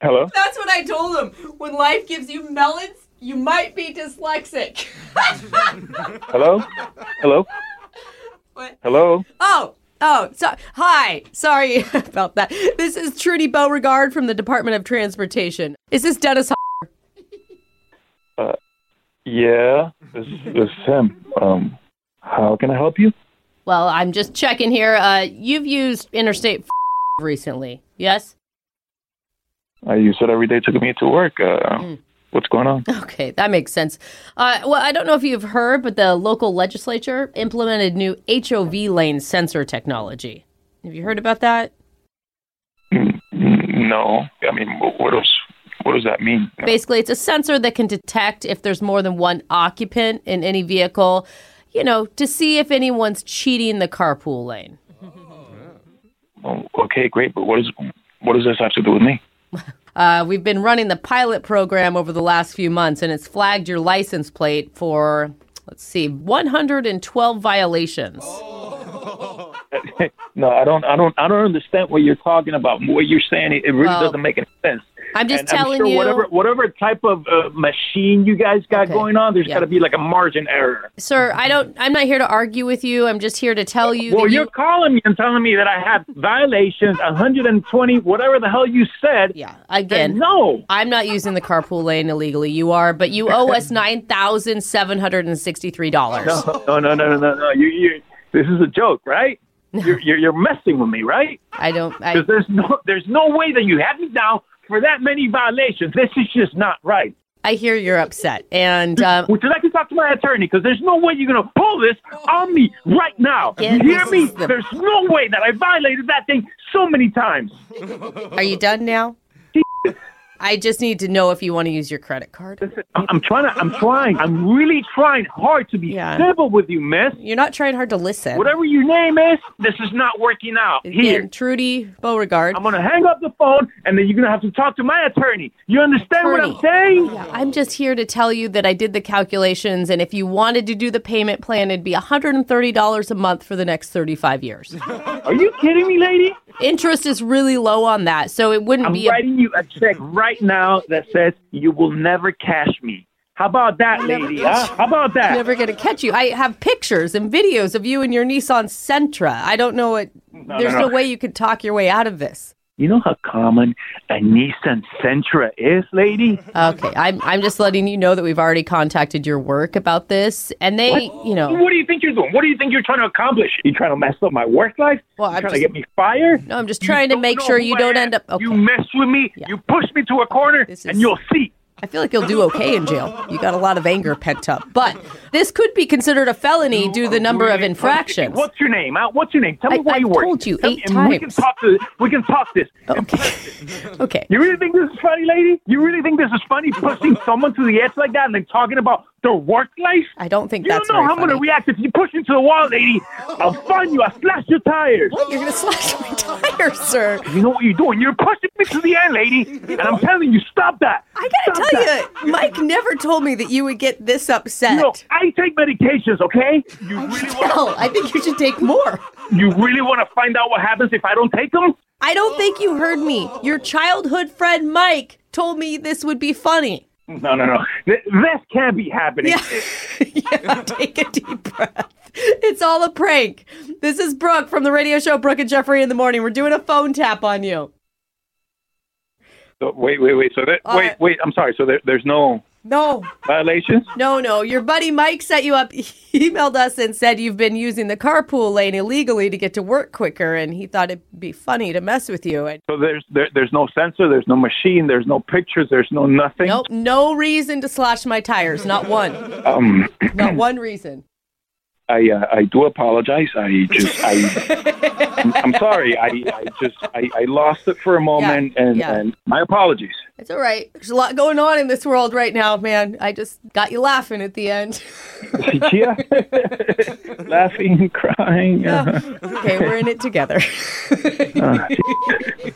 Hello? That's what I told him. When life gives you melons, you might be dyslexic. Hello? Hello? What? Hello? Oh, oh, so, hi. Sorry about that. This is Trudy Beauregard from the Department of Transportation. Is this Dennis? Ho- Yeah, this, this is him. Um, how can I help you? Well, I'm just checking here. Uh, you've used Interstate recently, yes? I use it Uh, every day to get me to work. Uh, Mm. What's going on? Okay, that makes sense. Uh, well, I don't know if you've heard, but the local legislature implemented new HOV lane sensor technology. Have you heard about that? No, I mean, wh- what else? What does that mean? Basically, it's a sensor that can detect if there's more than one occupant in any vehicle, you know, to see if anyone's cheating the carpool lane. Oh, okay, great, but what is what does this have to do with me? Uh, we've been running the pilot program over the last few months, and it's flagged your license plate for, let's see, 112 violations. Oh. No, I don't, I don't, I don't understand what you're talking about. What you're saying, it, it really Well, doesn't make any sense. I'm just and telling I'm sure you. whatever whatever type of uh, machine you guys got Okay. going on, there's Yeah. got to be like a margin error. Sir, I don't. I'm not here to argue with you. I'm just here to tell you. Well, that you- you're calling me and telling me that I have violations, 120, whatever the hell you said. yeah. And Again, no, I'm not using the carpool lane illegally. You are, but you owe us nine thousand seven hundred and sixty-three dollars. no, no, no, no, no, no. You, you, this is a joke, right? You're, you're, you're messing with me, right? I don't. I, Because there's no, there's no way that you have me down for that many violations. This is just not right. I hear you're upset, and um, Would you like to talk to my attorney? Because there's no way you're going to pull this on me right now. Yeah, you hear this me? is the- There's no way that I violated that thing so many times. are you done now? I just need to know if you want to use your credit card. I'm, I'm trying to, I'm trying, I'm really trying hard to be Yeah. civil with you, miss. You're not trying hard to listen. Whatever your name is, this is not working out. Here, Again, Trudy Beauregard. I'm gonna hang up the phone, and then you're gonna have to talk to my attorney. You understand Attorney. what I'm saying? Yeah, I'm just here to tell you that I did the calculations, and if you wanted to do the payment plan, it'd be $130 a month for the next 35 years. Are you kidding me, lady? Interest is really low on that, so it wouldn't I'm be. A, writing you a check right now that says you will never cash me. How about that, lady? huh? How about that? never going to catch you. I have pictures and videos of you in your Nissan Sentra. I don't know what. there's no. no, way you could talk your way out of this. You know how common a Nissan Sentra is, lady? Okay, I'm I'm just letting you know that we've already contacted your work about this, and they, you know, What do you think you're doing? What do you think you're trying to accomplish? You trying to mess up my work life? Well, you I'm trying just- to get me fired? no, I'm just trying to don't make know sure who you I don't am. end up. Okay, You mess with me, you push me to a corner, This and is- you'll see. I feel like you'll do okay in jail. You got a lot of anger pent up, but this could be considered a felony due to the number of infractions. What's your name? Huh? What's your name? Tell me I- where I've you work. told you Tell me- eight and We can times. Oh. talk to. We can talk this. Okay, okay. You really think this is funny, lady? You really think this is funny? Pushing someone to the edge like that and then talking about their work life? I don't think You that's don't know very how I'm funny. gonna react if you push me to the wall, lady. I'll find you. I'll slash your tires. You're gonna slash my tires, sir. You know what you're doing? You're pushing me to the end, lady. And I'm telling you, stop that. I gotta Stop tell that. you, Mike never told me that you would get this upset. You know, I take medications, okay? You really want Hell, I Oh, think you should take more. you really want to find out what happens if I don't take them? I don't think you heard me. Your childhood friend Mike told me this would be funny. No, no, no. Th- This can't be happening. Yeah, yeah take a deep breath. It's all a prank. This is Brooke from the radio show Brooke and Jeffrey in the Morning. We're doing a phone tap on you. So, wait, wait, wait. So that, All wait, right. wait. I'm sorry. So there, there's no No, violations. no, no. Your buddy Mike set you up, he emailed us, and said you've been using the carpool lane illegally to get to work quicker, and he thought it'd be funny to mess with you. And So there's there, there's no sensor. There's no machine. There's no pictures. There's no nothing. nope, no reason to slash my tires. Not one. Um, Not one reason. I uh, I do apologize. I just I I'm sorry. I, I just I, I lost it for a moment, and yeah. and my apologies. It's all right. There's a lot going on in this world right now, man. I just got you laughing at the end. yeah, laughing, crying. uh, okay, we're in it together.